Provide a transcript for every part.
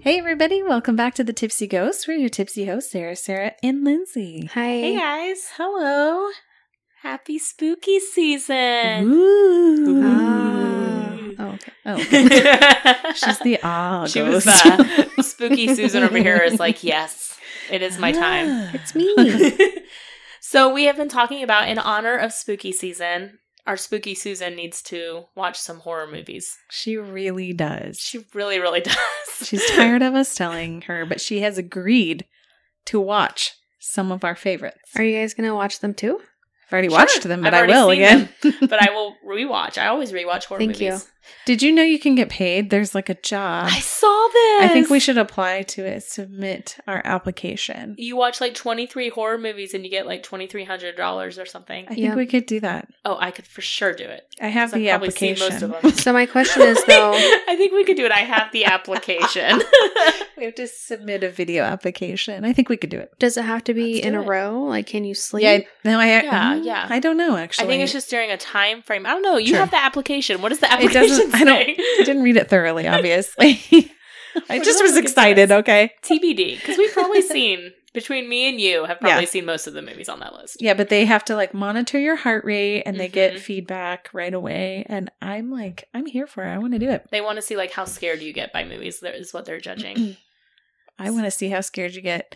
Hey, everybody, welcome back to the Tipsy Ghost. We're your tipsy hosts, Sarah, Sarah, and Lindsay. Hi. Hey guys, hello. Happy spooky season. Ooh. Ah. Oh, okay. Oh, okay. she's She's the ah she was ghost. the spooky Susan over here is like, yes, it is my time. Ah. It's me. so we have been talking about in honor of spooky season. Our spooky Susan needs to watch some horror movies. She really does. She really, really does. She's tired of us telling her, but she has agreed to watch some of our favorites. Are you guys going to watch them too? I've already Sure. watched them, but I've I already will seen again. but I will rewatch. I always rewatch horror Thank movies. you. Did you know you can get paid? There's like a job. I saw this. I think we should apply to it, submit our application. You watch like 23 horror movies and you get like $2,300 or something. I think Yep. we could do that. Oh, I could for sure do it. I have 'Cause I've the probably seen application. most of them. So my question is though, I think we could do it. I have the application. We have to submit a video application. I think we could do it. does it have to be Let's in do a it. row? Like can you sleep? Yeah, no, I Yeah, mm, yeah. I don't know actually. I think it's just during a time frame. I don't know. You Sure. have the application. What does the It application doesn't- I don't- say? I didn't read it thoroughly, obviously. I We're just was gonna look into excited, this. okay? TBD, because we've probably seen between me and you have probably Yeah. seen most of the movies on that list. Yeah, but they have to like monitor your heart rate and they Mhm. get feedback right away. And I'm like, I'm here for it. I want to do it. They want to see like how scared you get by movies. That is what they're judging. I want to see how scared you get,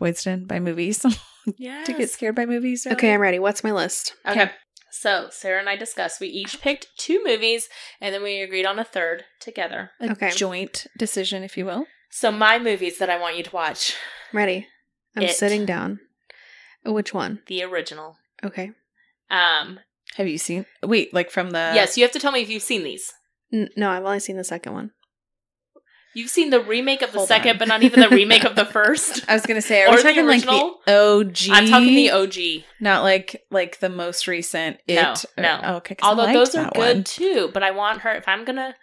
Boydston, by movies. yeah. to get scared by movies. really. Okay, I'm ready. What's my list? Okay. So Sarah and I discussed. We each picked two movies, and then we agreed on a third together. a Okay. joint decision, if you will. So my movies that I want you to watch: I'm ready. I'm It. sitting down. Oh, Which one? the original. Okay. Um. Have you seen? Wait, like from the yes, you have to tell me if you've seen these. N- no, I've only seen the second one. You've seen the remake of the Hold second, on. but not even the remake of the first. I was gonna say, are Or we the talking like original? the OG? I'm talking the OG. not like like the most recent. It, No, or- no. oh, okay, 'cause I Although liked those are that good one. too, but I want her. If I'm gonna,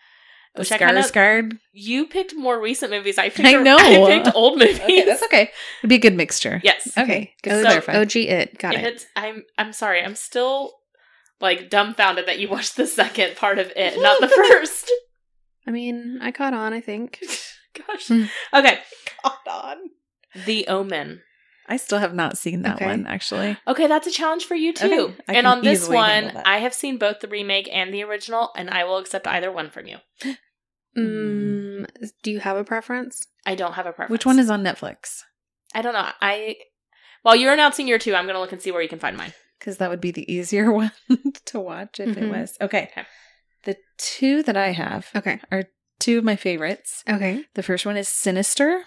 The which scar, I kind of scarred. you picked more recent movies. I picked. I know. I picked old movies. Okay, that's okay. It'd be a good mixture. Yes. Okay, good O- to clarify. OG it. Got it. It's, I'm. I'm sorry. I'm still like dumbfounded that you watched the second part of it, not the first. I mean, I caught on, I think. Gosh. Hmm. Okay. Hold on. The Omen. I still have not seen that Okay. one actually. Okay, that's a challenge for you too. Okay, I can and on this easily one, handle that. I have seen both the remake and the original, and I will accept either one from you. Mm, do you have a preference? I don't have a preference. Which one is on Netflix? I don't know. I while you're announcing your two, I'm gonna look and see where you can find mine. because that would be the easier one to watch if Mhm. it was. Okay. Mm-hmm. Okay. The two that I have, Okay. two of my favorites. Okay. The first one is Sinister.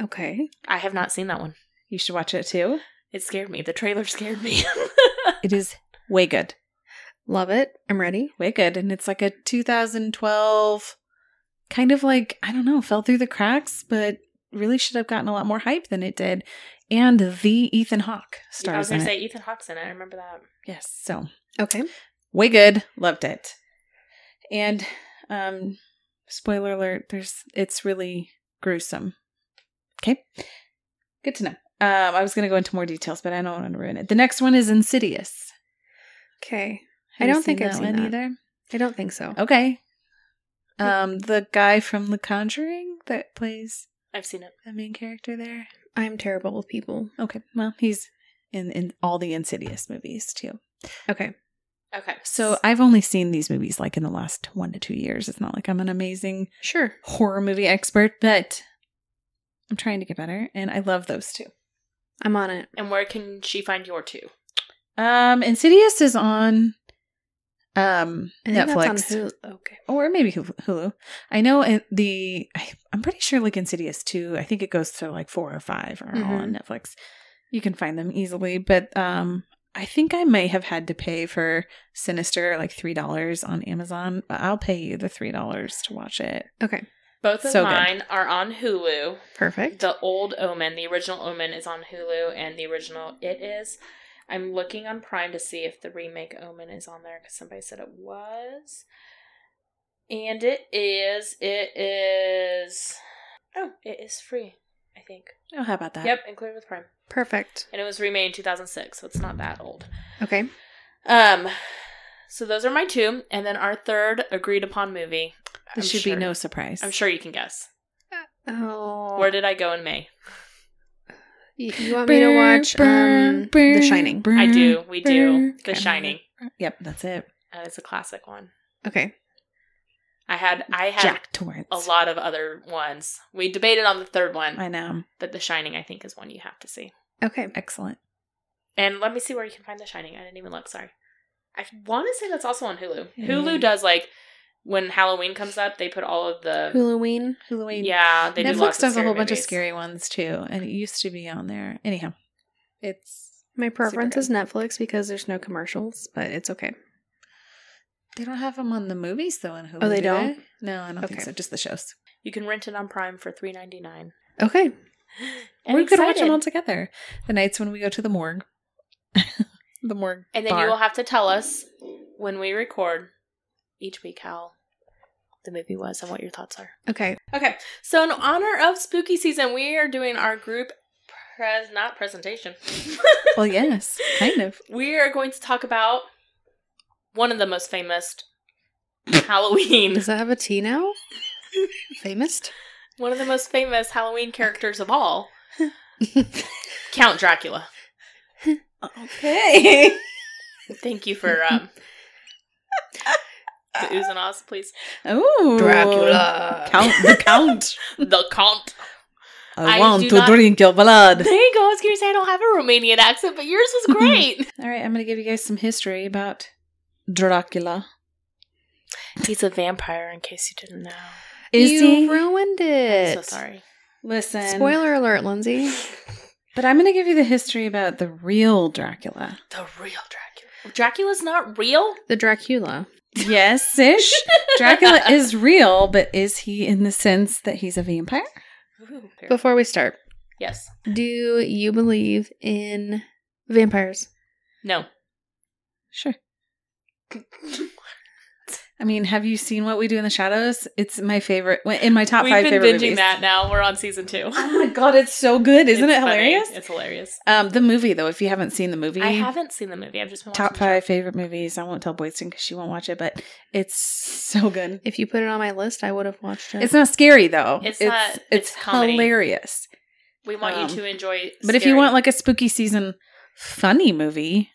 Okay. I have not seen that one. You should watch it too. It scared me. The trailer scared me. It is way good. Love it. I'm ready. Way good. And it's like a 2012 kind of like, I don't know, fell through the cracks, but really should have gotten a lot more hype than it did. And the Ethan Hawke I was stars in gonna it. say Ethan Hawke's in it. I remember that. yes. So Okay. way good loved it and um spoiler alert there's it's really gruesome okay good to know um i was going to go into more details but i don't want to ruin it the next one is insidious Okay. Have I you don't think I've seen that. either I don't think so. okay um the guy from the conjuring that plays I've seen it. the main character there I'm terrible with people. okay well he's in in all the insidious movies too Okay. Okay. so i've only seen these movies like in the last one to two years it's not like i'm an amazing Sure. horror movie expert, but I'm trying to get better, and I love those two. I'm on it. and where can she find your two? Um, Insidious is on um I think Netflix That's on Hulu. Okay. or maybe Hulu- Hulu. I know it, the I, I'm pretty sure like Insidious two. I think it goes to like four or five are all on Netflix. You can find them easily, but um, I think I may have had to pay for Sinister like three dollars on Amazon. But I'll pay you the three dollars to watch it. Okay. Both of So good. mine are on Hulu. Perfect. The old Omen, the original Omen is on Hulu, and the original It is. I'm looking on Prime to see if the remake Omen is on there because somebody said it was. And it is. It is. Oh, it is free, I think. Oh, how about that? Yep, included with Prime. Perfect. And it was remade in 2006, so it's not that old. Okay. Um, so those are my two. And then our third agreed upon movie. This I'm should sure- be no surprise. I'm sure you can guess. Oh. Where did I go in May? you, you want me to watch um, The Shining? I mm-hmm. do. We do. The Shining. Yep, that's it. That is a classic one. Okay. I had I had Jack Torrance. a lot of other ones. We debated on the third one, I know. but The Shining I think is one you have to see. Okay. Excellent. And let me see where you can find The Shining. I didn't even look. Sorry. I want to say that's also on Hulu. Yeah. Hulu does like when Halloween comes up, they put all of the Halloween. Halloween. yeah. They do lots Netflix of does a scary whole bunch of movies. scary ones too, and it used to be on there. Anyhow, it's My preference good. is Netflix because there's no commercials, but it's okay. they don't have them on the movies though on Hulu. they do don't? No, I Oh, don't think Okay. so. Just the shows. You can rent it on Prime for three ninety nine. Okay. we could watch them all together. The nights when we go to the morgue, the morgue, And then bar. you will have to tell us when we record each week how the movie was and what your thoughts are. Okay. Okay, so in honor of spooky season, we are doing our group pres not presentation. well, yes, kind of. we are going to talk about one of the most famous Halloween, Does that have a T now? Famous? one of the most famous Halloween characters of all, Count Dracula. Okay. Thank you for um, the oohs and ahs, please. Oh, Count the count. The Count. I, I want do to not- drink your There blood. you go. I was going to say I don't have a Romanian accent, but yours was great. All right, I'm going to give you guys some history about Dracula. He's a vampire, in case you didn't know. Is you he? ruined it. so sorry. Listen. Spoiler alert, Lindsay. But I'm going to give you the history about the real Dracula. The real Dracula. Dracula's not real? The Dracula. Yes, ish. Dracula is real, but is he in the sense that he's a vampire? Ooh. Before we start, yes. do you believe in vampires? No. Sure. I mean, have you seen What We Do in the Shadows? It's my favorite, in my top We've five been favorite binging movies. that now. We're on season two. Oh my god, it's so good! Isn't It's it funny. hilarious? It's hilarious. Um, the movie though, if you haven't seen the movie, I haven't seen the movie. I've just been top watching five favorite movies. I won't tell Boydston because she won't watch it, but it's so good. If you put it on my list, I would have watched it. It's not scary though. It's not- It's, it's comedy. hilarious. We want um, you to enjoy. But if you want like a spooky season funny movie,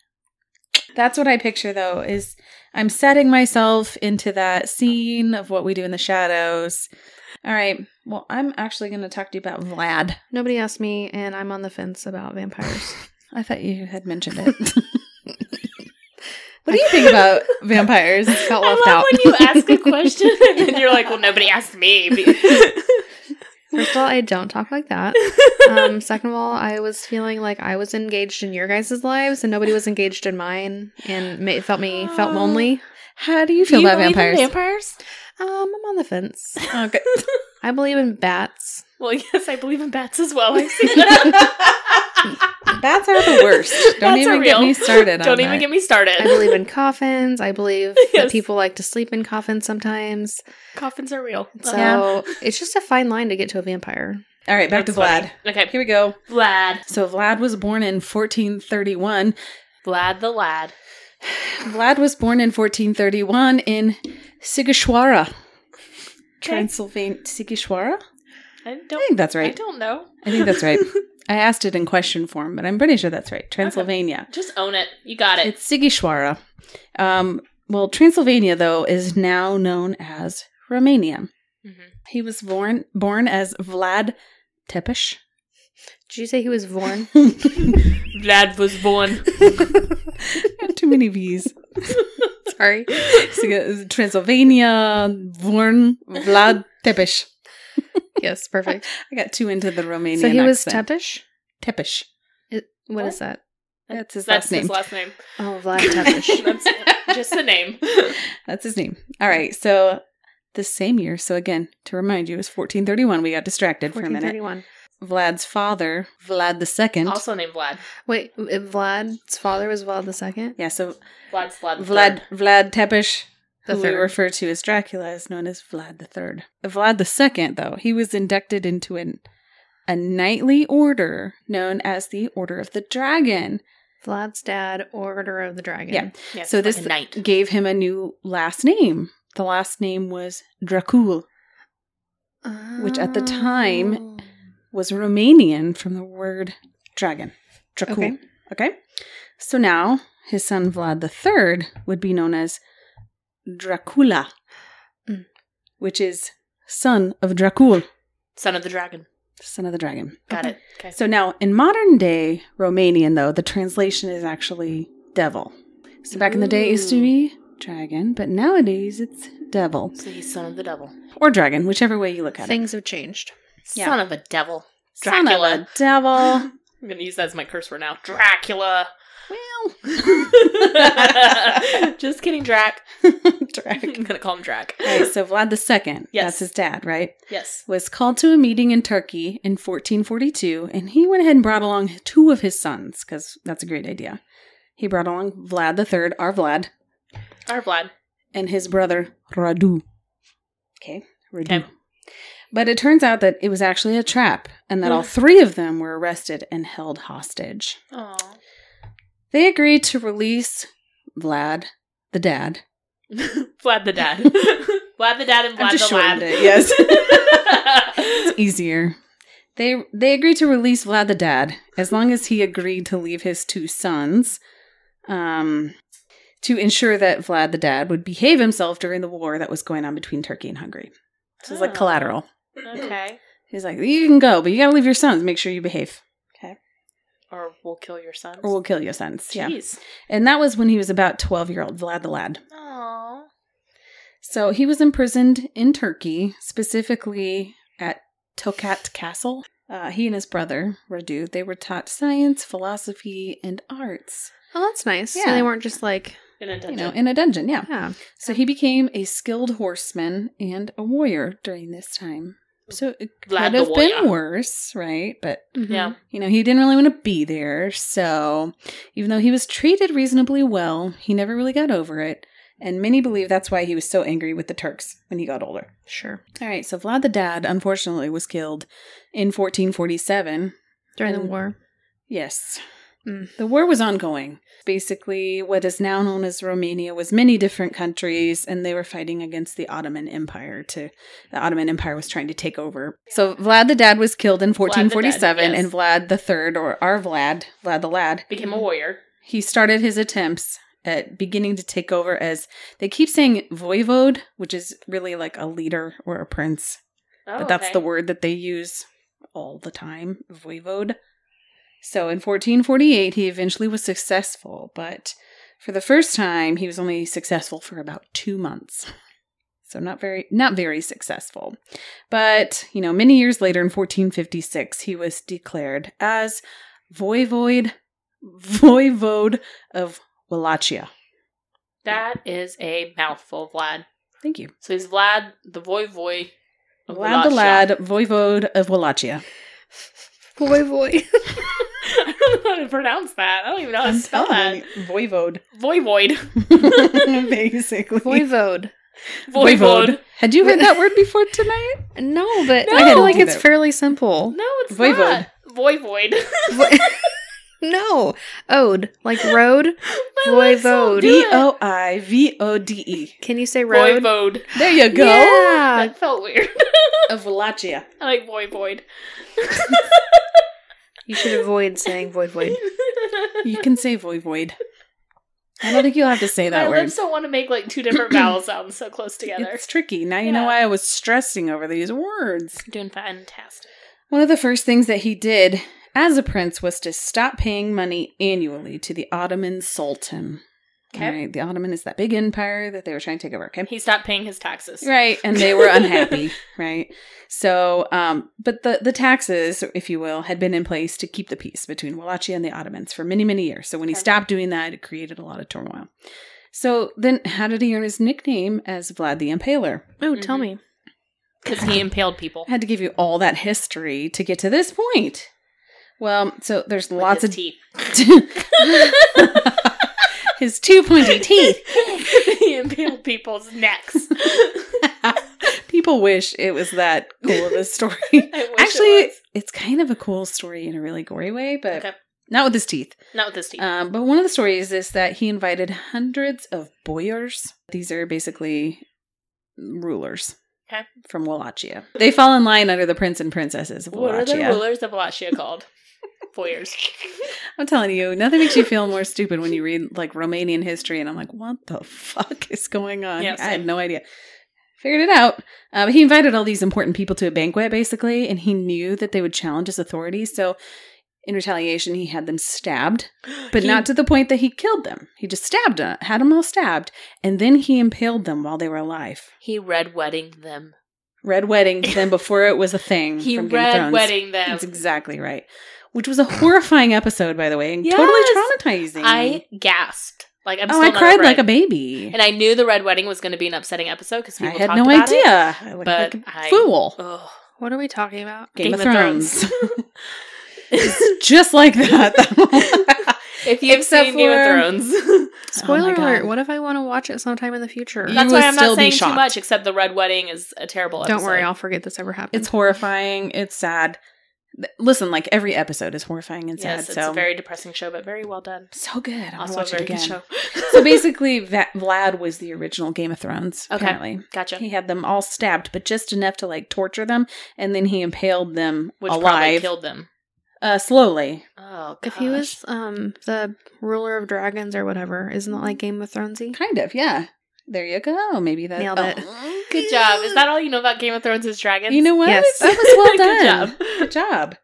that's what I picture though is I'm setting myself into that scene of what we do in the shadows. All right. Well, I'm actually going to talk to you about Vlad. Nobody asked me, and I'm on the fence about vampires. I thought you had mentioned it. what do you think about vampires? I felt I love left out. when you ask a question and then you're like, "Well, nobody asked me." Um, First of all, I don't talk like that. Um, second of all, I was feeling like I was engaged in your guys' lives, and nobody was engaged in mine, and ma- it felt me felt lonely. How do you feel about vampires? Oh, Vampires? Um, I'm on the fence. Okay. I believe in bats. Well, yes, I believe in bats as well. I've seen them. Bats are the worst. Don't Bats are even get real. me started. Don't even get me started. I believe in coffins. I believe Yes. that people like to sleep in coffins sometimes. Coffins are real. So Yeah. it's just a fine line to get to a vampire. All right, back That's to Vlad. funny. Okay, Here we go. Vlad, So Vlad was born in 1431. Vlad the lad. Vlad was born in 1431 in Sigishwara, Transylvania. Sigishwara? I I don't. think that's I right. don't know. I think that's right. I asked it in question form, but I'm pretty sure that's right. Transylvania. Just own it. You got it. It's Sigishwara. Um, well, Transylvania, though, is now known as Romania. Mhm. He was born born as Vlad Tepes. Did you say he was born? Vlad was born. Too many V's. Sorry. Sig- Transylvania, born Vlad Tepes. Yes, perfect. I got two into the Romanian. so he was accent. Tepish. Tepes. what is that? That's his That's last name. his last name. Oh, Vlad Tepish. That's just the name. That's his name. All right. So the same year. So again, to remind you, it was 1431. We got distracted for a minute. 1431. Vlad's father, Vlad the Second. Also named Vlad. Wait, uh, Vlad's father was Vlad the Second. Yeah. So Vlad's Vlad. the Vlad third. Vlad Tepes, The who we third. refer to as Dracula, is known as Vlad the Third. Vlad the Second, though, he was inducted into an a knightly order known as the Order of the Dragon. Vlad's dad, Order of the Dragon. Yeah. Yes, So like this- a knight. Gave him a new last name. The last name was Dracul. Which at the Oh. time- was Romanian from the word dragon, dracul. Okay. Okay. So now his son Vlad III would be known as Dracula, Mm. which is son of Dracul, Son of the Dragon. son of the dragon. Got it. Okay. So now in modern day Romanian, though, the translation is actually devil. So back in the day, it used to Ooh. be dragon, but nowadays it's devil So he's son of the devil. or dragon, whichever way you look at it. Things have changed. Yeah. Son of a devil. Son of a Dracula. devil. I'm gonna use that as my curse word now. Dracula. well. Just kidding, Drac. Drac. I'm gonna call him Drac. All right, so Vlad II, Yes. that's his dad, right, Yes. was called to a meeting in Turkey in 1442, and he went ahead and brought along two of his sons because that's a great idea. He brought along Vlad III, our Vlad, Our Vlad. and his brother Radu. Okay, Radu. Okay. But it turns out that it was actually a trap, and that all Mm. three of them were arrested and held hostage. Aw. They agreed to release Vlad, the dad, Vlad the dad. Vlad the dad and Vlad I'm just the lad. shortened it, easier. They they agreed to release Vlad the Dad as long as he agreed to leave his two sons, um, to ensure that Vlad the Dad would behave himself during the war that was going on between Turkey and Hungary. So it's like Oh. collateral. Okay. He's like, you can go, but you gotta leave your sons. Make sure you behave, Or we'll kill your son. or we'll kill your sons. Yeah. Jeez. And that was when he was about twelve year old Vlad the Lad. Aw. So he was imprisoned in Turkey, specifically at Tokat Castle. Uh, he and his brother Radu, they were taught science, philosophy, and arts. Oh, that's nice. So Yeah. they weren't just like, In a You dungeon. know, in a dungeon, yeah. yeah. So he became a skilled horseman and a warrior during this time. So it could Vlad the have been warrior. worse, right? But Mhm. yeah. you know, he didn't really want to be there. So even though he was treated reasonably well, he never really got over it. And many believe that's why he was so angry with the Turks when he got older. Sure. All right, so Vlad the Dad unfortunately was killed in 1447. During the And- war. Yes. Mm. The war was ongoing. Basically, what is now known as Romania was many different countries and they were fighting against the Ottoman Empire to the Ottoman Empire was trying to take over. So Vlad the Dad was killed in the Dad, 1447 yes. and Vlad the 3rd or our Vlad, Vlad the Lad, Became a warrior. he started his attempts at beginning to take over as they keep saying voivode, which is really like a leader or a prince Oh, but that's okay. the word that they use all the time, voivode. So in 1448, he eventually was successful, but for the first time, he was only successful for about two months. So not very, not very successful. But you know, many years later, in 1456, he was declared as voivode, voivode of Wallachia. That is a mouthful, Vlad. Thank you, So he's Vlad the Voy Voy. of Vlad the Wallachia. Lad, voivode of Wallachia. Boy, boy. I don't know how to pronounce that. I don't even know how to spell that. voivode. Voivode. basically. Voivode. Voivode. Had you heard that word before tonight? No, but No. I feel like Do it's that. fairly simple. No, it's Voivode. not. Voivode. No. Ode. Like road. My lips all Voivode. V do it. E O I V O D E. Can you say road? Voivode. There you go. Ah. Yeah. That felt weird. Of Wallachia. I like Voivode. You should avoid saying void void. You can say voivode. I don't think you'll have to say that My word. lips don't want to make like two different vowel sounds so close together. It's tricky. Now you know Yeah. why I was stressing over these words. Doing fantastic. One of the first things that he did as a prince was to stop paying money annually to the Ottoman Sultan. Okay. All right, The Ottoman is that big empire that they were trying to take over. Okay. He stopped paying his taxes. right and they were unhappy right so um but the the taxes if you will had been in place to keep the peace between wallachia and the ottomans for many many years so when he Okay. stopped doing that it created a lot of turmoil so then how did he earn his nickname as vlad the impaler Oh, tell me. Because Mm-hmm. he impaled people. i had to give you all that history to get to this point well so there's with lots his of teeth. his two pointy teeth he impaled people's necks. people wish it was that cool of a story I wish Actually, uh, it was. it's kind of a cool story in a really gory way, but Okay. not with his teeth. not with his teeth. Um, but one of the stories is that he invited hundreds of boyars. These are basically rulers Okay. From Wallachia. They fall in line under the prince and princesses of What are the Wallachia. rulers of Wallachia called? Foyers. I'm telling you, nothing makes you feel more stupid when you read like Romanian history, and I'm like, what the fuck is going on? Yeah, I had same. no idea. Figured it out. Uh, but he invited all these important people to a banquet, basically, and he knew that they would challenge his authority. So, in retaliation, he had them stabbed, but He- not to the point that he killed them. He just stabbed, uh, had them all stabbed, and then he impaled them while they were alive. He red wedding them. Red Wedding then before it was a thing. He Mm, from Game of red Thrones. wedding them. That's exactly right. Which was a horrifying episode, by the way, and Yes! totally traumatizing. I gasped. Like I'm oh, still I not cried over like it. a baby. And I knew the red wedding was going to be an upsetting episode because I people had talked no about it. idea. I looked but like a I- fool. Ugh. What are we talking about? Game, of, Thrones. It's just like that. if you've Except seen Game of for- Thrones, Spoiler God. alert. What if I want to watch it sometime in the future? You that's would why I'm still not be saying too shocked. much. Except the red wedding is a terrible. Don't worry, episode. I'll forget this ever happened. it's horrifying. It's sad. Th- Listen, like every episode is horrifying and sad. Yes, it's so a very depressing show, but very well done. so good. I'll Also, a watch very it good again. show. so basically, Va- Vlad was the original Game of Thrones. Okay. Apparently. gotcha. He had them all stabbed, but just enough to like torture them, and then he impaled them Which probably alive, killed them. uh, slowly. Oh, if he gosh. was um the ruler of dragons or whatever, isn't that like Game of Thronesy? Kind of, yeah. There you go. Maybe that. Nailed it. good job. Is that all you know about Game of Thrones? Is dragons? You know what? Yes. That was well Good done. job. Good job.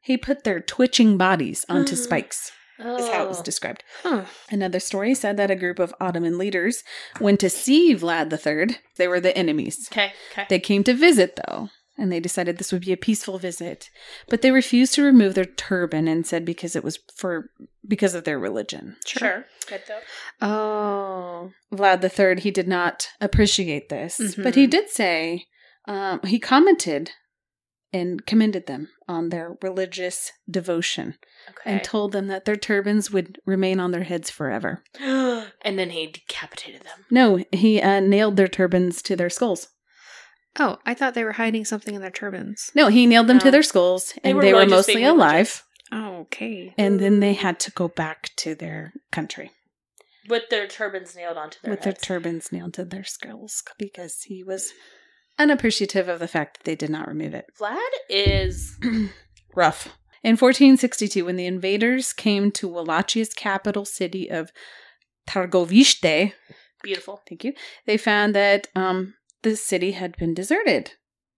He put their twitching bodies onto Mhm. spikes. oh. Is how it was described. Huh. Another story said that a group of Ottoman leaders went to see Vlad III. They were the enemies. Okay. Okay. They came to visit, though, and they decided this would be a peaceful visit. But they refused to remove their turban and said because it was for because of their religion. sure. Good though. Oh. Vlad III, he did not appreciate this, but he Mm-hmm. Mhm. did say um, he commented and commended them on their religious devotion Okay. and told them that their turbans would remain on their heads forever. and then he decapitated them. No, he uh, nailed their turbans to their skulls. Oh, I thought they were hiding something in their turbans. No, he nailed them No. to their skulls, Oh. They and were they were really just mostly being religious. alive. Oh, okay. and then they had to go back to their country With their turbans nailed onto their with their heads. turbans nailed to their skulls because he was unappreciative of the fact that they did not remove it. Vlad is Rough. In 1462, when the invaders came to Wallachia's capital city of Targoviste, beautiful. thank you, they found that um, the city had been deserted.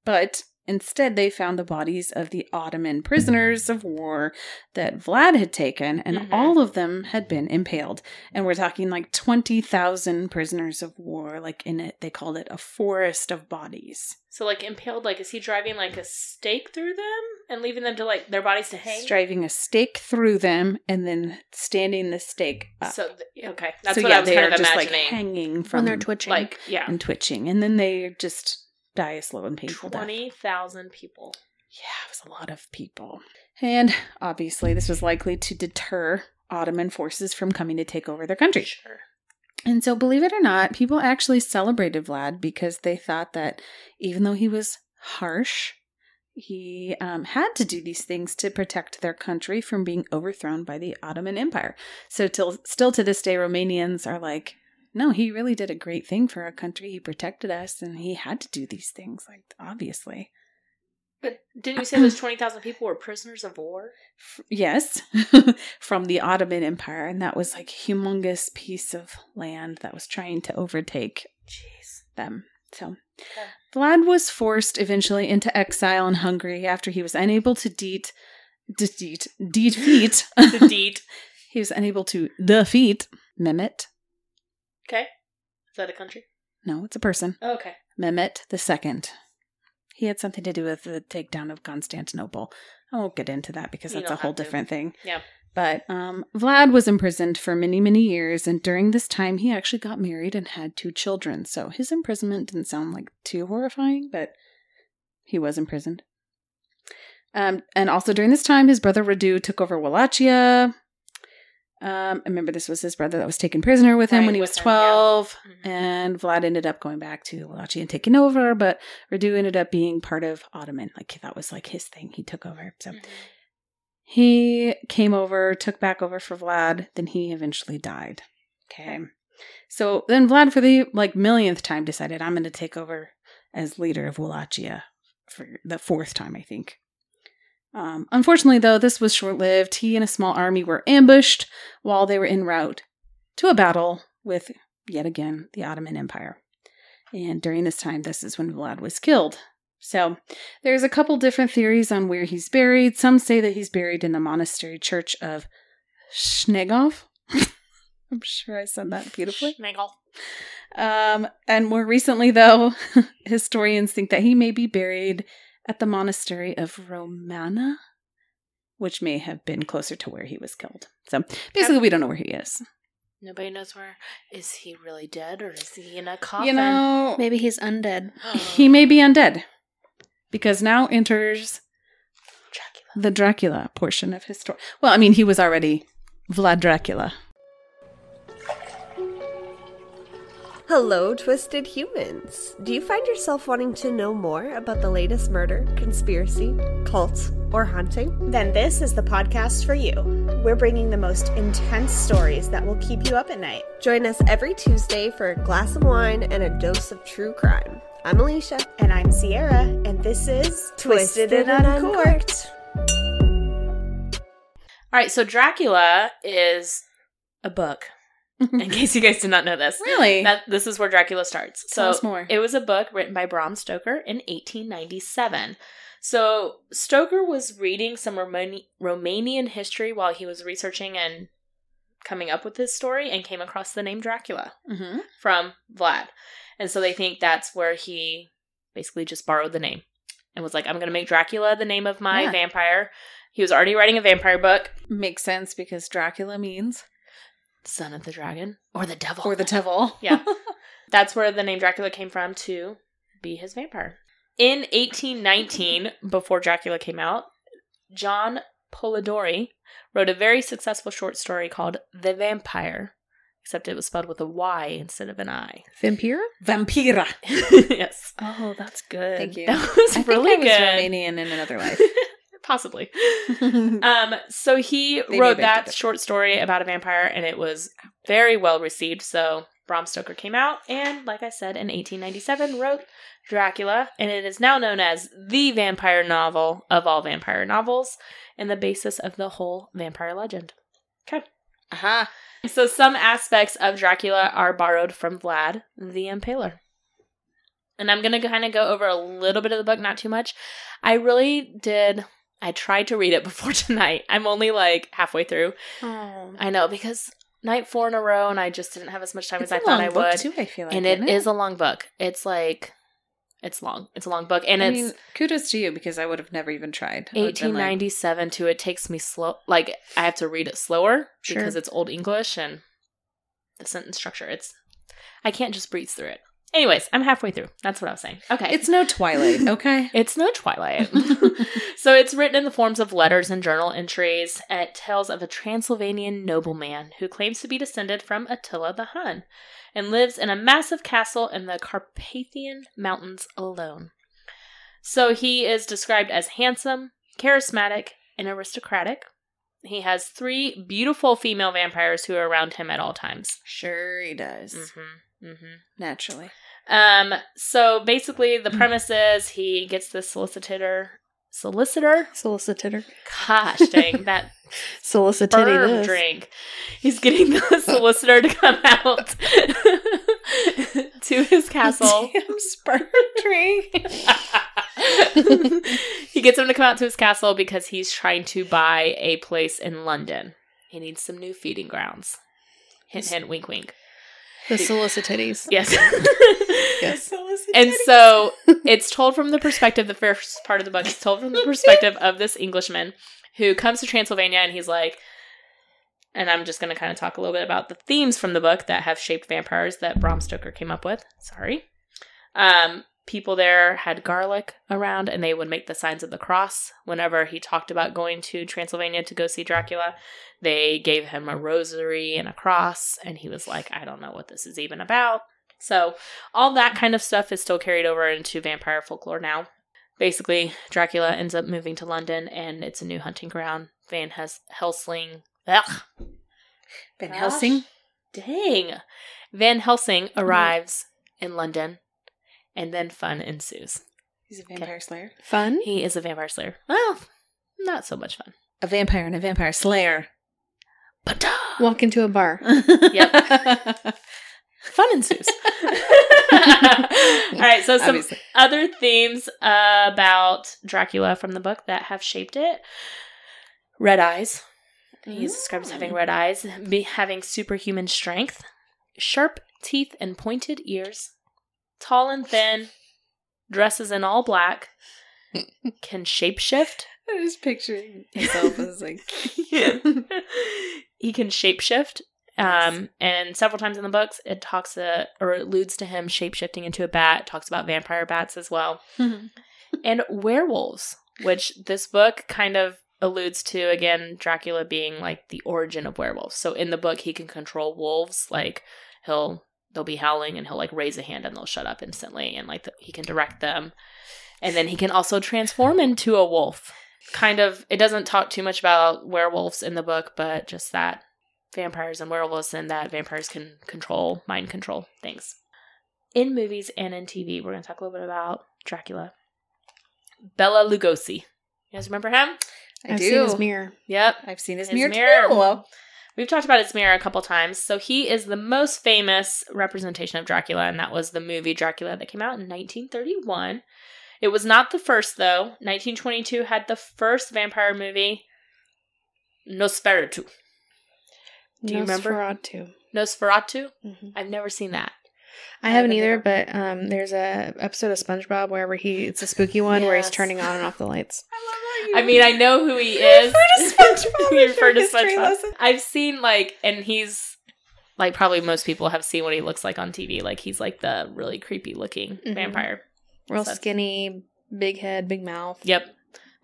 But instead, they found the bodies of the Ottoman prisoners of war that Vlad had taken, and Mhm. all of them had been impaled. And we're talking like 20,000 prisoners of war, like in it, they called it a forest of bodies. So like impaled, like is he driving like a stake through them and leaving them to like their bodies to hang? Driving a stake through them and then standing the stake up. So th- okay, that's So, what I was they kind are of just, imagining. like hanging from When they're twitching. like yeah, and twitching, and then they just die a slow and painful death. twenty thousand people. Yeah, it was a lot of people. And obviously, this was likely to deter Ottoman forces from coming to take over their country. Sure. And so, believe it or not, people actually celebrated Vlad because they thought that even though he was harsh, he um, had to do these things to protect their country from being overthrown by the Ottoman Empire. So, till still to this day, Romanians are like, no, he really did a great thing for our country. He protected us, and he had to do these things. Like, obviously, But didn't you say those twenty thousand people were prisoners of war? F- yes, from the Ottoman Empire, and that was like a humongous piece of land that was trying to overtake Jeez. them. So Vlad was forced eventually into exile in Hungary after he was unable to deet, de- deet, defeat. The deed. he was unable to defeat Mehmet. Okay. Is that a country? Oh, No, it's a person. Okay. Mehmet II. He had something to do with the takedown of Constantinople. I won't get into that because You that's a don't whole have to. different thing. Yeah. But um, Vlad was imprisoned for many, many years, and during this time, he actually got married and had two children. So his imprisonment didn't sound like too horrifying, but he was imprisoned. Um, and also during this time, his brother Radu took over Wallachia. Um, I remember this was his brother that was taken prisoner with him Right, when he with was him, yeah. 12 Mhm. and um, Vlad ended up going back to Wallachia and taking over, but Radu ended up being part of Ottoman. Like that was like his thing. He took over. So Mhm. he came over, took back over for Vlad, then he eventually died. Okay. So then Vlad for the like millionth time decided I'm gonna take over as leader of Wallachia for the fourth time, I think. Um, unfortunately, though, this was short lived. He and a small army were ambushed while they were en route to a battle with, yet again, the Ottoman Empire. And during this time, this is when Vlad was killed. So there's a couple different theories on where he's buried. Some say that he's buried in the monastery church of Snegov. I'm sure I said that beautifully. Schmigel. Um, and more recently, though, historians think that he may be buried at the monastery of Romana, which may have been closer to where he was killed. So basically, we don't know where he is. Nobody knows where. Is he really dead or is he in a coffin? You know, Maybe he's undead. he may be undead because now enters Dracula. the Dracula portion of his story. Well, I mean, he was already Vlad Dracula. Hello, Twisted Humans! Do you find yourself wanting to know more about the latest murder, conspiracy, cult, or haunting? Then this is the podcast for you. We're bringing the most intense stories that will keep you up at night. Join us every Tuesday for a glass of wine and a dose of true crime. I'm Alicia. And I'm Sierra, and this is Twisted, and Uncorked. All right, so Dracula is a book. In case you guys did not know this. Really? That this is where Dracula starts. So Tell us more. it was a book written by Bram Stoker in 1897. So Stoker was reading some Romani- Romanian history while he was researching and coming up with his story and came across the name Dracula mm-hmm. from Vlad. And so they think that's where he basically just borrowed the name and was like, I'm going to make Dracula the name of my Yeah. vampire. He was already writing a vampire book, Makes sense because Dracula means Son of the Dragon or the Devil. or the devil. Yeah. That's where the name Dracula came from to be his vampire. In 1819, before Dracula came out, John Polidori wrote a very successful short story called The Vampire, except it was spelled with a Y instead of an I. Vampira? Vampira. yes. Oh, that's Good. Thank you. That was I really think I was good. Romanian in another life. Possibly. oh, Um, so he They wrote revamped that it. short story about a vampire, and it was very well received. So Bram Stoker came out, and like I said, in 1897, wrote Dracula, and it is now known as the vampire novel of all vampire novels, and the basis of the whole vampire legend. Okay. Aha. So some aspects of Dracula are borrowed from Vlad the Impaler. And I'm going to kind of go over a little bit of the book, not too much. I really did I tried to read it before tonight. I'm only like halfway through. Oh. I know because night four in a row, and I just didn't have as much time it's as I a thought long I book, would. too, I feel like, and isn't it is a long book. It's like it's long. It's a long book, and I it's mean, kudos to you because I would have never even tried. I would've been like, 1897 too. It takes me slow. Like I have to read it slower Sure. because it's old English and the sentence structure. It's I can't just breeze through it. Anyways, I'm halfway through. That's what I was saying. Okay, It's no Twilight, okay? It's no Twilight. so it's written in the forms of letters and journal entries. It tells of a Transylvanian nobleman who claims to be descended from Attila the Hun and lives in a massive castle in the Carpathian Mountains alone. So he is described as handsome, charismatic, and aristocratic. He has three beautiful female vampires who are around him at all times. sure, he does. Mm-hmm. Mm-hmm. Naturally. Um, so basically the premise is he gets this solicitor solicitor? Solicitor. Gosh dang, that Solicitity. firm this. drink. He's getting the solicitor to come out to his castle. Damn sperm drink. he gets him to come out to his castle because he's trying to buy a place in London. He needs some new feeding grounds. Hint hint wink wink. The solicitities. Yes. Yes. And so it's told from the perspective, the first part of the book is told from the perspective of this Englishman who comes to Transylvania and he's like, and I'm just going to kind of talk a little bit about the themes from the book that have shaped vampires that Bram Stoker came up with. Sorry. Um, people there had garlic around and they would make the signs of the cross. Whenever he talked about going to Transylvania to go see Dracula, they gave him a rosary and a cross. And he was like, I don't know what this is even about. So all that kind of stuff is still carried over into vampire folklore now. Basically, Dracula ends up moving to London and it's a new hunting ground. Van Hes- Helsing. Ugh, Van Gosh. Helsing. Mm-hmm. dang. Van Helsing arrives in London and then fun ensues. He's a vampire slayer. Fun? He is a vampire slayer. Well, not so much fun. A vampire and a vampire slayer. But Walk into a bar. yep. fun ensues. All right, so some Obviously. other themes about Dracula from the book that have shaped it. Red eyes. He's described as having red eyes, be having superhuman strength, sharp teeth and pointed ears, tall and thin, dresses in all black, can shapeshift. I'm just picturing myself as like he can shapeshift. Um, and several times in the books, it talks uh, or alludes to him shapeshifting into a bat. It talks about vampire bats as well, and werewolves, which this book kind of alludes to again. Dracula being like the origin of werewolves. So in the book, he can control wolves. Like he'll they'll be howling, and he'll like raise a hand, and they'll shut up instantly, and like the, he can direct them. And then he can also transform into a wolf kind of it doesn't talk too much about werewolves in the book, but just that vampires and werewolves and that vampires can control mind control things. In movies and in TV, we're going to talk a little bit about Dracula. Bella Lugosi. You guys remember him? I I've do. seen his mirror. Yep. I've seen his, His mirror. mirror. too. Well, We've talked about his mirror a couple times. So he is the most famous representation of Dracula, and that was the movie Dracula that came out in 1931. It was not the first, though. 1922 had the first vampire movie, Nosferatu. Do you remember? Nosferatu. Nosferatu? Mhm. I've never seen that. I haven't either, but um, there's a episode of SpongeBob wherever he it's a spooky one where he's Yes. turning on and off the lights. I mean, I know who he is. SpongeBob You refer to during history SpongeBob. lesson. I've seen like, and he's like probably most people have seen what he looks like on TV. Like he's like the really creepy looking Mm-hmm. Mhm. vampire. Real So- skinny, big head, big mouth. Yep,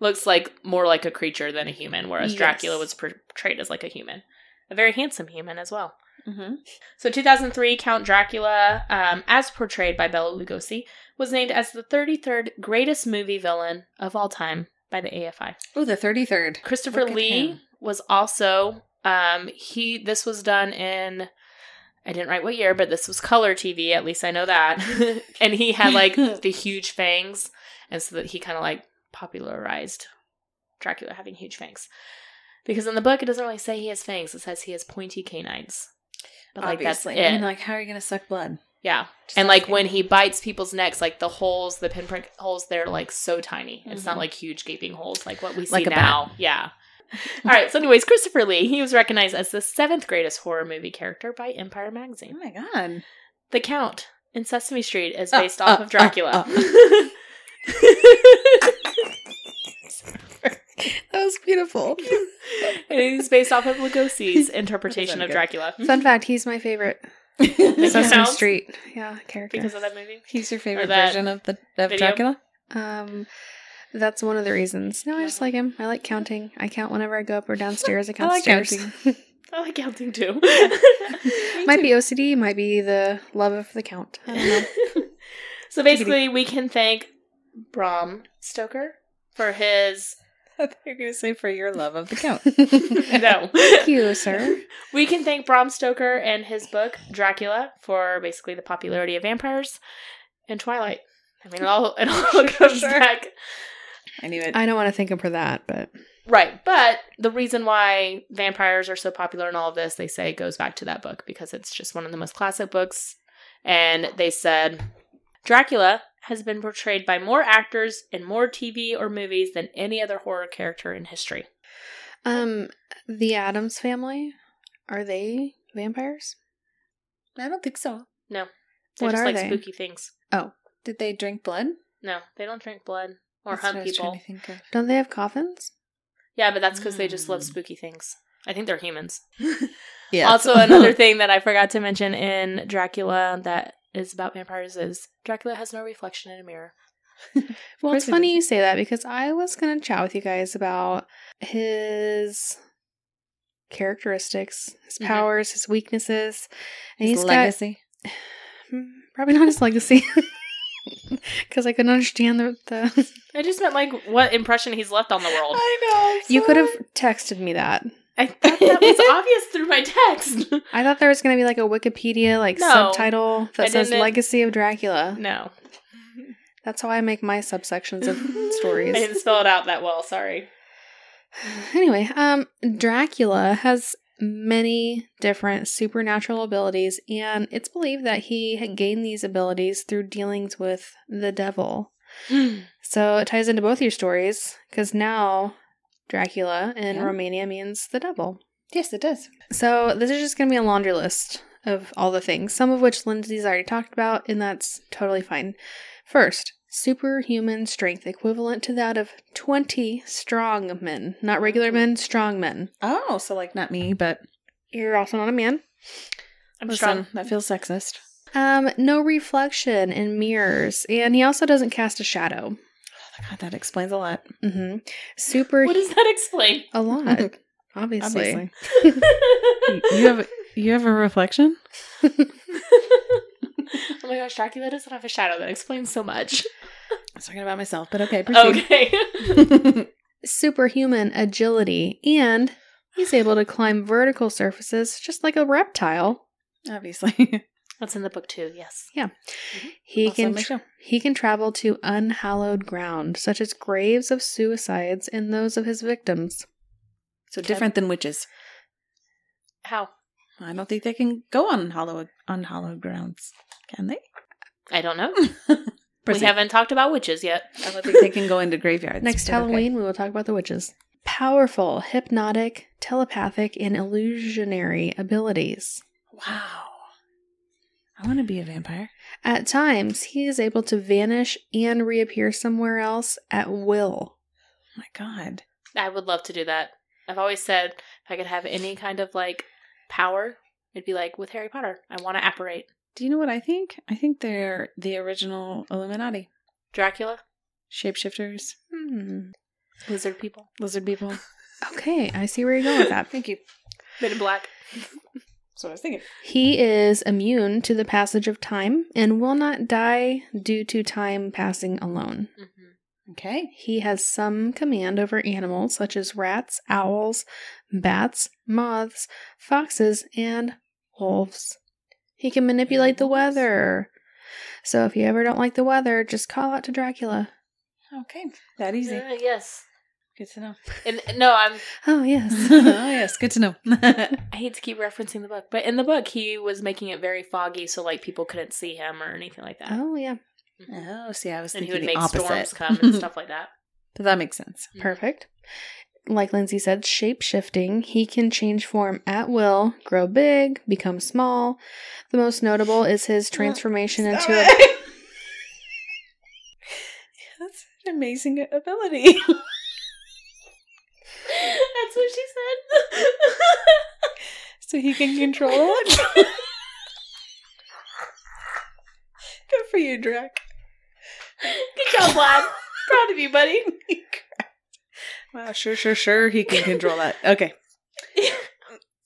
looks like more like a creature than a human, whereas Yes. Dracula was portrayed as like a human, a very handsome human as well. Mm-hmm. So 2003, Count Dracula, um, as portrayed by Bela Lugosi, was named as the 33rd greatest movie villain of all time by the AFI. Oh, the thirty third. Christopher Look at Lee him. was also um he this was done in I didn't write what year, but this was color TV, at least I know that. and he had like the huge fangs and so that he kind of like popularized Dracula having huge fangs. Because in the book it doesn't really say he has fangs, it says he has pointy canines. But like Obviously. that's it. And like, how are you gonna suck blood? yeah. Just And like asking. when he bites people's necks, like the holes, the pinprick holes, they're like so tiny. It's not Mhm. like huge gaping holes like what we see Like a bat. now. Yeah. All right. So, anyways, Christopher Lee, he was recognized as the seventh greatest horror movie character by Empire Oh Magazine. my god. The Count in Sesame Street is Uh, based off uh, of Dracula. uh, That was beautiful. and he's based off of Lugosi's interpretation That of is Dracula. Fun fact, he's my favorite Because- Sesame Count? Street. Yeah, character. Because of that movie? He's your favorite that version of the of video. Dracula. Um, that's one of the reasons. No, I just like him. I like counting. I count whenever I go up or downstairs. I count like stairs. I like counting Oh, too. might be OCD. Might be the love of the count. I don't know. so basically, we can thank Bram Stoker for his. I thought you were gonna say for your love of the count. No. Thank you, sir. We can thank Bram Stoker and his book, Dracula, for basically the popularity of vampires and Twilight. I mean, it all, it all comes Sure. back. I knew it. I don't want to thank him for that, but Right. But the reason why vampires are so popular in all of this, they say, goes back to that book because it's just one of the most classic books. And they said Dracula has been portrayed by more actors in more TV or movies than any other horror character in history. um, the Adams family are they vampires? I don't think so. They What just are like they? spooky things. Oh, Did they drink blood No, they don't drink blood or That's what hunt I was people. trying to think of. Don't they have coffins? Yeah, but that's because they just love Mm. spooky things. I think they're humans. Yeah. Also, another thing that I forgot to mention in Dracula that is about vampires is Dracula has no reflection in a mirror. Well, it's Crazy. funny you say that because I was going to chat with you guys about his characteristics, his Mhm. powers, his weaknesses, and His he's got legacy. Hmm, probably not his legacy because I couldn't understand the. the I just meant like what impression he's left on the world. I know. you could have texted me that. I thought that was obvious through my text. I thought there was going to be like a Wikipedia like No. subtitle I that says didn't- "Legacy of Dracula." No. That's how I make my subsections of I stories. didn't spell it out that well. Sorry. anyway, um, Dracula has many different supernatural abilities, and it's believed that he had gained these abilities through dealings with the devil. So it ties into both your stories because now Dracula in Yeah. Romania means the devil. Yes, it does. So this is just going to be a laundry list of all the things, some of which Lindsay's already talked about, and that's totally fine. First, superhuman strength equivalent to that of 20 strong men, not regular men, strong men. Oh, so like not me, but You're also not a man. I'm listen, strong. that feels sexist. Um, no reflection in mirrors, and he also doesn't cast a shadow. Oh, God, that explains a lot. Mm-hmm. Super What does that explain? a lot, Obviously, obviously. you you have you have a reflection. oh my gosh, Dracula doesn't have a shadow. That explains so much. I was talking about myself, but okay. proceed. Okay. superhuman agility, and he's able to climb vertical surfaces just like a reptile. Obviously, That's in the book too, yes. He Also can Mm-hmm. my tr- show. he can travel to unhallowed ground, such as graves of suicides and those of his victims. so different than witches. How? I don't think they can go on hollow on hollow grounds, can they? I don't know. we Proceed. haven't talked about witches yet. I don't think they can go into graveyards. Next but okay. Halloween, we will talk about the witches. Powerful, hypnotic, telepathic, and illusionary abilities. Wow, I want to be a vampire. At times, he is able to vanish and reappear somewhere else at Oh will. my God, I would love to do that. I've always said if I could have any kind of like power, it'd be like with Harry Potter. I want to apparate. do you know what I think? I think they're the original Illuminati Dracula, shapeshifters, Hmm. lizard people, lizard people. Okay, I see where you're going with that. Thank you. men in black. That's what I was thinking. He is immune to the passage of time and will not die due to time passing alone. Mhm. Okay. He has some command over animals such as rats, owls, bats, moths, foxes, and wolves. He can manipulate the weather. So if you ever don't like the weather, just call out to Dracula. Okay. That easy. Uh, yes. Good to know. And no, I'm Oh, oh yes. yes, good to know. okay. I hate to keep referencing the book, but in the book he was making it very foggy so like people couldn't see him or anything like that. Mm-hmm. oh, yeah. Oh, see, I was and he thinking would the make opposite. storms come and stuff like that. But that makes sense. Perfect. Like Lindsay said, shape shifting. He can change form at will, grow big, become small. The most notable is his transformation into a That's an amazing ability. That's what she said. so he can control it. good for you, Drac. Good job, lad. Proud of you, buddy. Wow, sure, sure, sure. He can control that. Okay.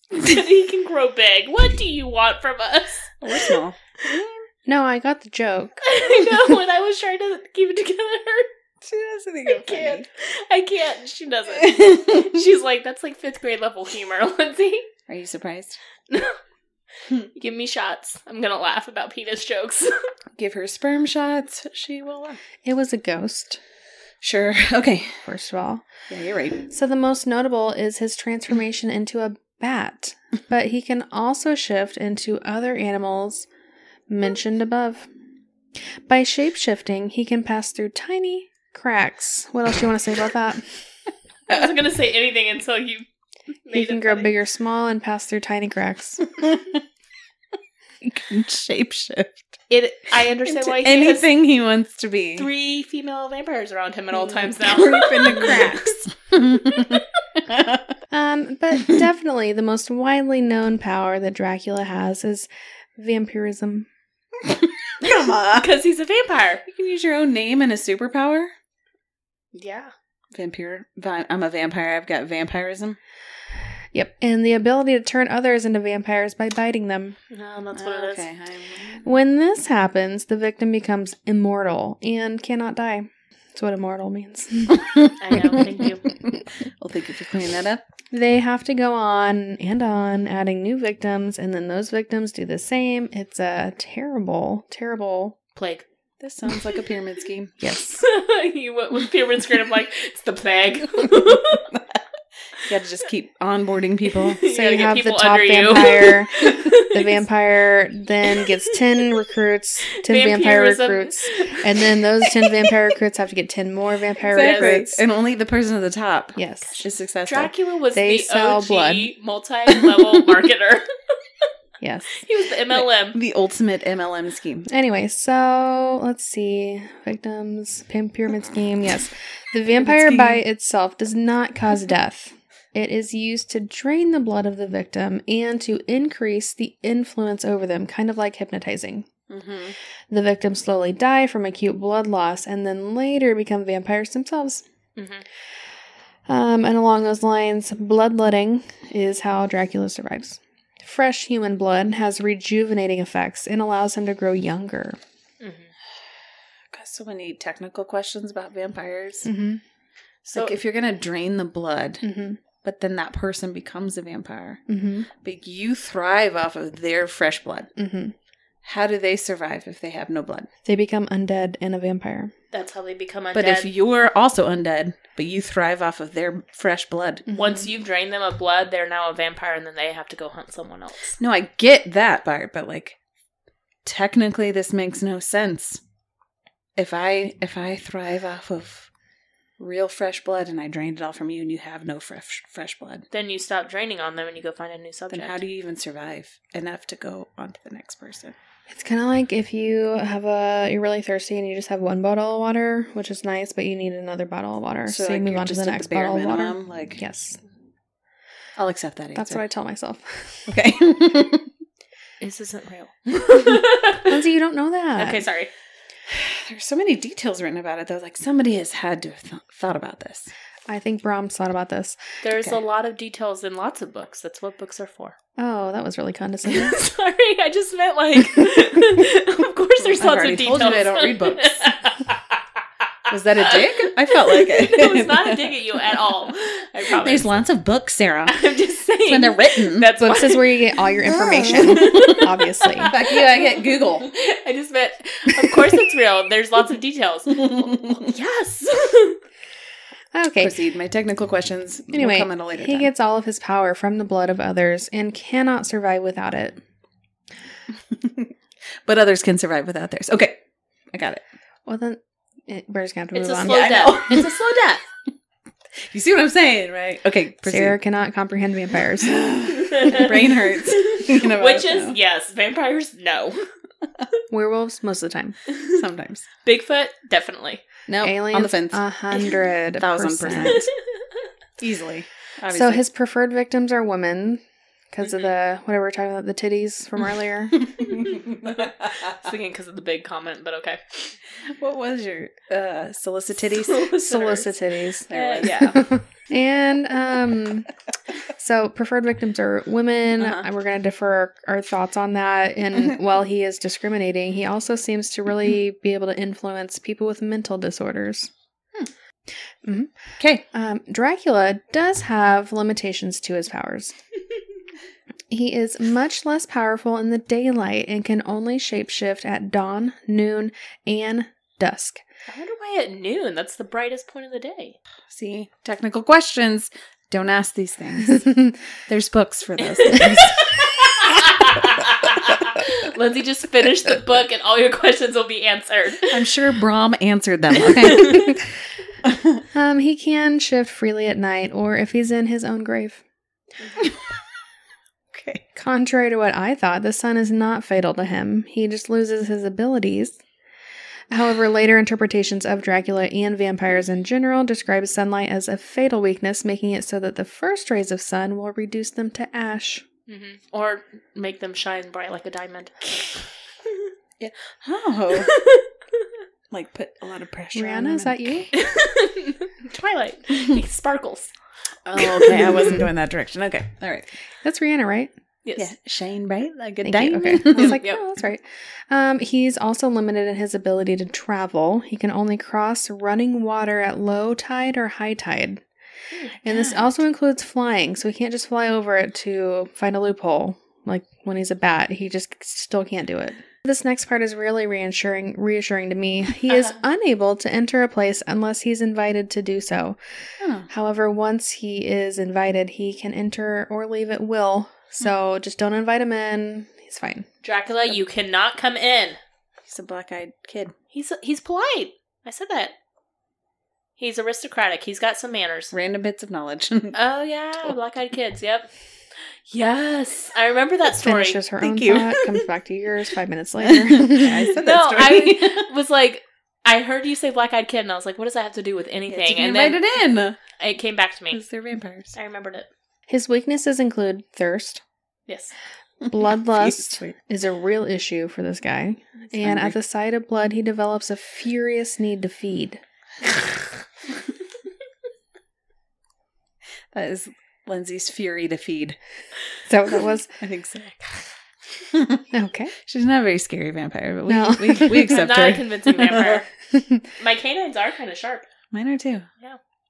he can grow big. What do you want from us? We're small. No, I got the joke. I know when I was trying to keep it together. She doesn't think I I'm funny. can't. I can't. She doesn't. She's like, that's like fifth grade level humor, Lindsay. Are you surprised? Give me shots. I'm gonna laugh about penis jokes. Give her sperm shots. She will. laugh. It was a ghost, Sure. Okay. first of all. Yeah, you're right. So the most notable is his transformation into a bat, but he can also shift into other animals mentioned above. By shape shifting, he can pass through tiny cracks. What else do you want to say about that? I wasn't gonna say anything until you. He made can it grow funny. big or small and pass through tiny cracks. He can shapeshift. It. I understand into why he has anything he wants to be. three female vampires around him at all Mm-hmm. times now. Creep in the cracks. Um, but definitely the most widely known power that Dracula has is vampirism. Come on. Because he's a vampire. You can use your own name and a superpower. Yeah. Vampire. Vi- I'm a vampire. I've got vampirism. Yep, and the ability to turn others into vampires by biting them. No, Oh, that's what it is. okay. I'm- When this happens, the victim becomes immortal and cannot die. That's what immortal means. I know. Thank you. well, thank you for cleaning that up. they have to go on and on adding new victims, and then those victims do the same. It's a terrible, terrible Plague. This sounds like a pyramid scheme. Yes. you went with pyramid screen. I'm like, it's the plague. you got to just keep onboarding people. You So gotta you get have the people top under you. vampire. The vampire then gets 10 recruits, 10 vampire Vampirism. recruits, and then those 10 vampire recruits have to get 10 more vampire Exactly. recruits. And only the person at the top Yes. is successful. Dracula was They the sell OG blood. multi-level marketer. Yes. he was the MLM. the ultimate MLM scheme. Anyway, so let's see. Victims, pim- pyramid scheme. Yes. The vampire scheme. by itself does not cause death. It is used to drain the blood of the victim and to increase the influence over them, kind of like hypnotizing. Mm-hmm. The victims slowly die from acute blood loss and then later become vampires themselves. Mhm. Um, and along those lines, bloodletting is how Dracula survives. Fresh human blood has rejuvenating effects and allows him to grow younger. Mhm. Got so many technical questions about vampires. Mm-hmm. So like if you're gonna drain the blood, Mm-hmm. but then that person becomes a vampire, Mm-hmm. but you thrive off of their fresh blood. Mm-hmm. How do they survive if they have no blood? They become undead and a vampire. That's how they become undead. But if you're also undead, but you thrive off of their fresh blood. Mhm. Once you've drained them of blood, they're now a vampire, and then they have to go hunt someone else. No, I get that part, but like technically this makes no sense. If I if I thrive off of real fresh blood and I drained it all from you and you have no fresh fresh blood, Then you stop draining on them, and you go find a new subject. then how do you even survive enough to go on to the next person? It's kind of like if you have a you're really thirsty and you just have one bottle of water, which is nice, but you need another bottle of water, so, like, you move you're on to just the at next bare bottle of water. minimum, Like, Yes, I'll accept that answer. that's what I tell myself. Okay. This isn't real. Lindsay, you don't know that. okay, sorry. There's so many details written about it, though. Like, somebody has had to have th- thought about this. I think Brahms thought about this. There's a Okay. lot of details in lots of books. That's what books are for. Oh, that was really condescending. Sorry, I just meant like. of course, there's I've lots already of details. told you I don't read books. Was Uh, Was that a dig? I felt like it. no, it's not a dig at you at all. I promise. There's lots of books, Sarah. I'm just saying. It's when they're written. That's Books why- is where you get all your information, obviously. Fuck you, I get Google. I just meant. Of course, it's real. There's lots of details. Yes. Okay. Proceed. My technical questions Anyway, will come at a later he time. gets all of his power from the blood of others and cannot survive without it. but others can survive without theirs. Okay, I got it. Well, then it, we're just going to have it's to a move on. slow Yeah, I death. know. It's a slow death. You see what I'm saying, right? Okay, proceed. Sarah cannot comprehend vampires. Brain hurts. Thinking about it Witches, now. yes. Vampires, no. Werewolves, most of the time. Sometimes. Bigfoot, definitely. No, Aliens, on the fence. a hundred Thousand percent. Easily. So obviously. his preferred victims are women because of Mm-hmm. the whatever we're talking about the titties from earlier. Thinking because of the big comment, but okay. what was your uh, solicitities? Solicit titties. There it Uh, was. yeah. And um so preferred victims are women. Uh-huh. And We're going to defer our thoughts on that. And while he is discriminating, he also seems to really be able to influence people with mental disorders. Okay. Um, Dracula does have limitations to his powers. he is much less powerful in the daylight and can only shapeshift at dawn, noon, and dusk. I wonder why at noon. That's the brightest point of the day. See, technical questions. Don't ask these things. That's There's books for those things. Lindsay, just finish the book and all your questions will be answered. I'm sure Brahm answered them. Okay. Um, he can shift freely at night or if he's in his own grave. okay. Contrary to what I thought, the sun is not fatal to him. He just loses his abilities. However, later interpretations of Dracula and vampires in general describe sunlight as a fatal weakness, making it so that the first rays of sun will reduce them to ash. Mhm. Or make them shine bright like a diamond. Oh. Like put a lot of pressure. on Rihanna, them is that you? Twilight. and- Sparkles. oh, okay. I wasn't going that direction. Okay. All right. That's Rihanna, right? Yes. Yeah. Shane, right? Like a Thank you. diamond. Okay. I was like, Yep. oh, that's right. Um, he's also limited in his ability to travel. He can only cross running water at low tide or high tide. And this also includes flying, so he can't just fly over it to find a loophole. Like when he's a bat, he just still can't do it. This next part is really reassuring reassuring to me. He is unable to enter a place unless he's invited to do so. Huh. However, once he is invited, he can enter or leave at will. So just don't invite him in. He's fine. Dracula, you cannot come in. He's a black eyed kid. He's he's polite. I said that. He's aristocratic. He's got some manners. Random bits of knowledge. Oh yeah, black-eyed kids. Yep. Yes, I remember that story. Finishes her Thank own you. thought, comes back to yours five minutes later. I said No, that story. was like, I heard you say black-eyed kid, and I was like, what does that have to do with anything? Did you And invite then it in? it came back to me. Because they're vampires. I remembered it. His weaknesses include thirst. Yes. Bloodlust Sweet. is a real issue for this guy. And at the sight of blood, he develops a furious need to feed. that is Lindsay's fury to feed. Is that what that was? I think so. Okay. She's not a very scary vampire, but we No. we, we I'm accept not a her. convincing vampire. My canines are kind of sharp. Mine are too.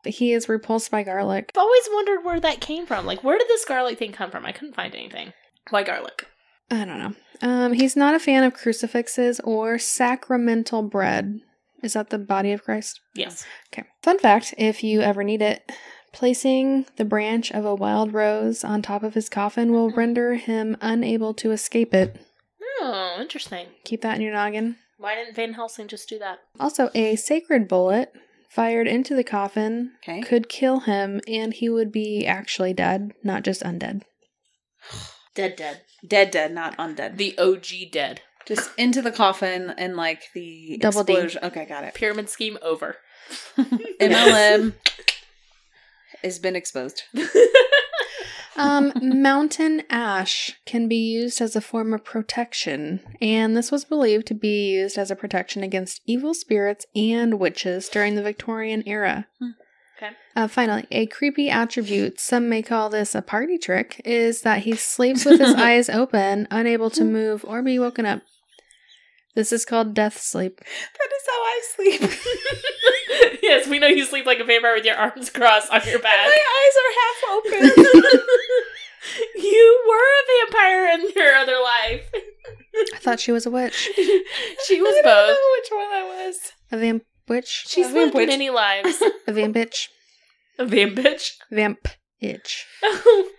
he is repulsed by garlic. I've always wondered where that came from. Like, where did this garlic thing come from? I couldn't find anything. Why garlic? I don't know. Um, he's not a fan of crucifixes or sacramental bread. Is that the body of Christ? Yes. Okay. Fun fact if you ever need it, placing the branch of a wild rose on top of his coffin will render him unable to escape it. Oh, interesting. Keep that in your noggin. Why didn't Van Helsing just do that? Also, a sacred bullet fired into the coffin Okay. could kill him and he would be actually dead, not just undead. Dead, dead. Dead, dead, not undead. The OG dead. Just into the coffin and like the Double D. explosion. Okay, got it. Pyramid scheme over. MLM has been exposed. Um, mountain ash can be used as a form of protection, and this was believed to be used as a protection against evil spirits and witches during the Victorian era. Hmm. Okay. Uh, finally, a creepy attribute, some may call this a party trick, is that he sleeps with his eyes open, unable to move or be woken up. This is called death sleep. That is how I sleep. yes, we know you sleep like a vampire with your arms crossed on your back. My eyes are half open. you were a vampire in your other life. I thought she was a witch. she was I don't both. know which one I was. A vamp witch? She's A lived vamp witch. many lives. A vamp bitch? a vamp bitch. Vamp itch. Oh,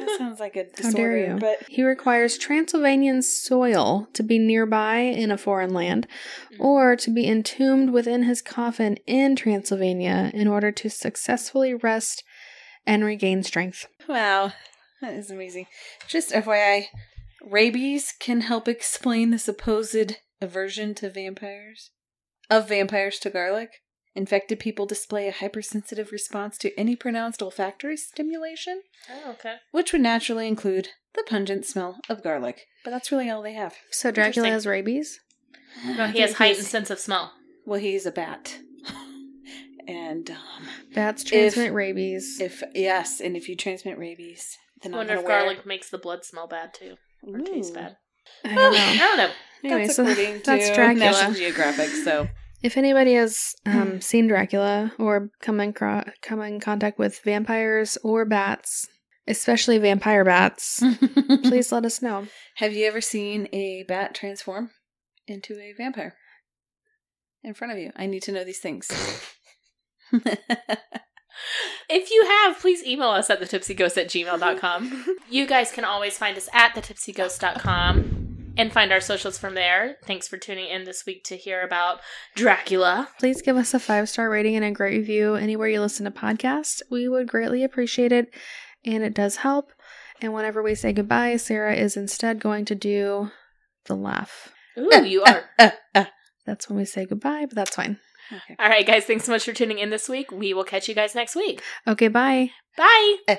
That sounds like a How disorder. dare you? But He requires Transylvanian soil to be nearby in a foreign land, or to be entombed within his coffin in Transylvania in order to successfully rest and regain strength. wow, that is amazing. Just FYI, rabies can help explain the supposed aversion to vampires of vampires to garlic. Infected people display a hypersensitive response to any pronounced olfactory stimulation, Oh, okay. which would naturally include the pungent smell of garlic. But that's really all they have. So Dracula Interesting. has rabies? No, he has heightened sense of smell. Well, he's a bat. And um, Bats If- transmit rabies. if yes, and if you transmit rabies, then I wonder I'm if gonna wear- garlic makes the blood smell bad too, or taste Ooh. bad. I don't I know. don't know. Anyway, that's so according that's to Dracula. National Geographic. So If anybody has um, seen Dracula or come in cro- come in contact with vampires or bats, especially vampire bats, Hmm. please let us know. have you ever seen a bat transform into a vampire in front of you? I need to know these things. If you have, please email us at thetipsyghost at gmail.com. you guys can always find us at thetipsyghost.com and find our socials from there. Thanks for tuning in this week to hear about Dracula. Please give us a five star rating and a great review anywhere you listen to podcasts. We would greatly appreciate it, and it does help. And whenever we say goodbye, Sarah is instead going to do the laugh. Ooh, you are. That's when we say goodbye, but that's fine. okay. All right, guys, thanks so much for tuning in this week. We will catch you guys next week. Okay, bye. Bye.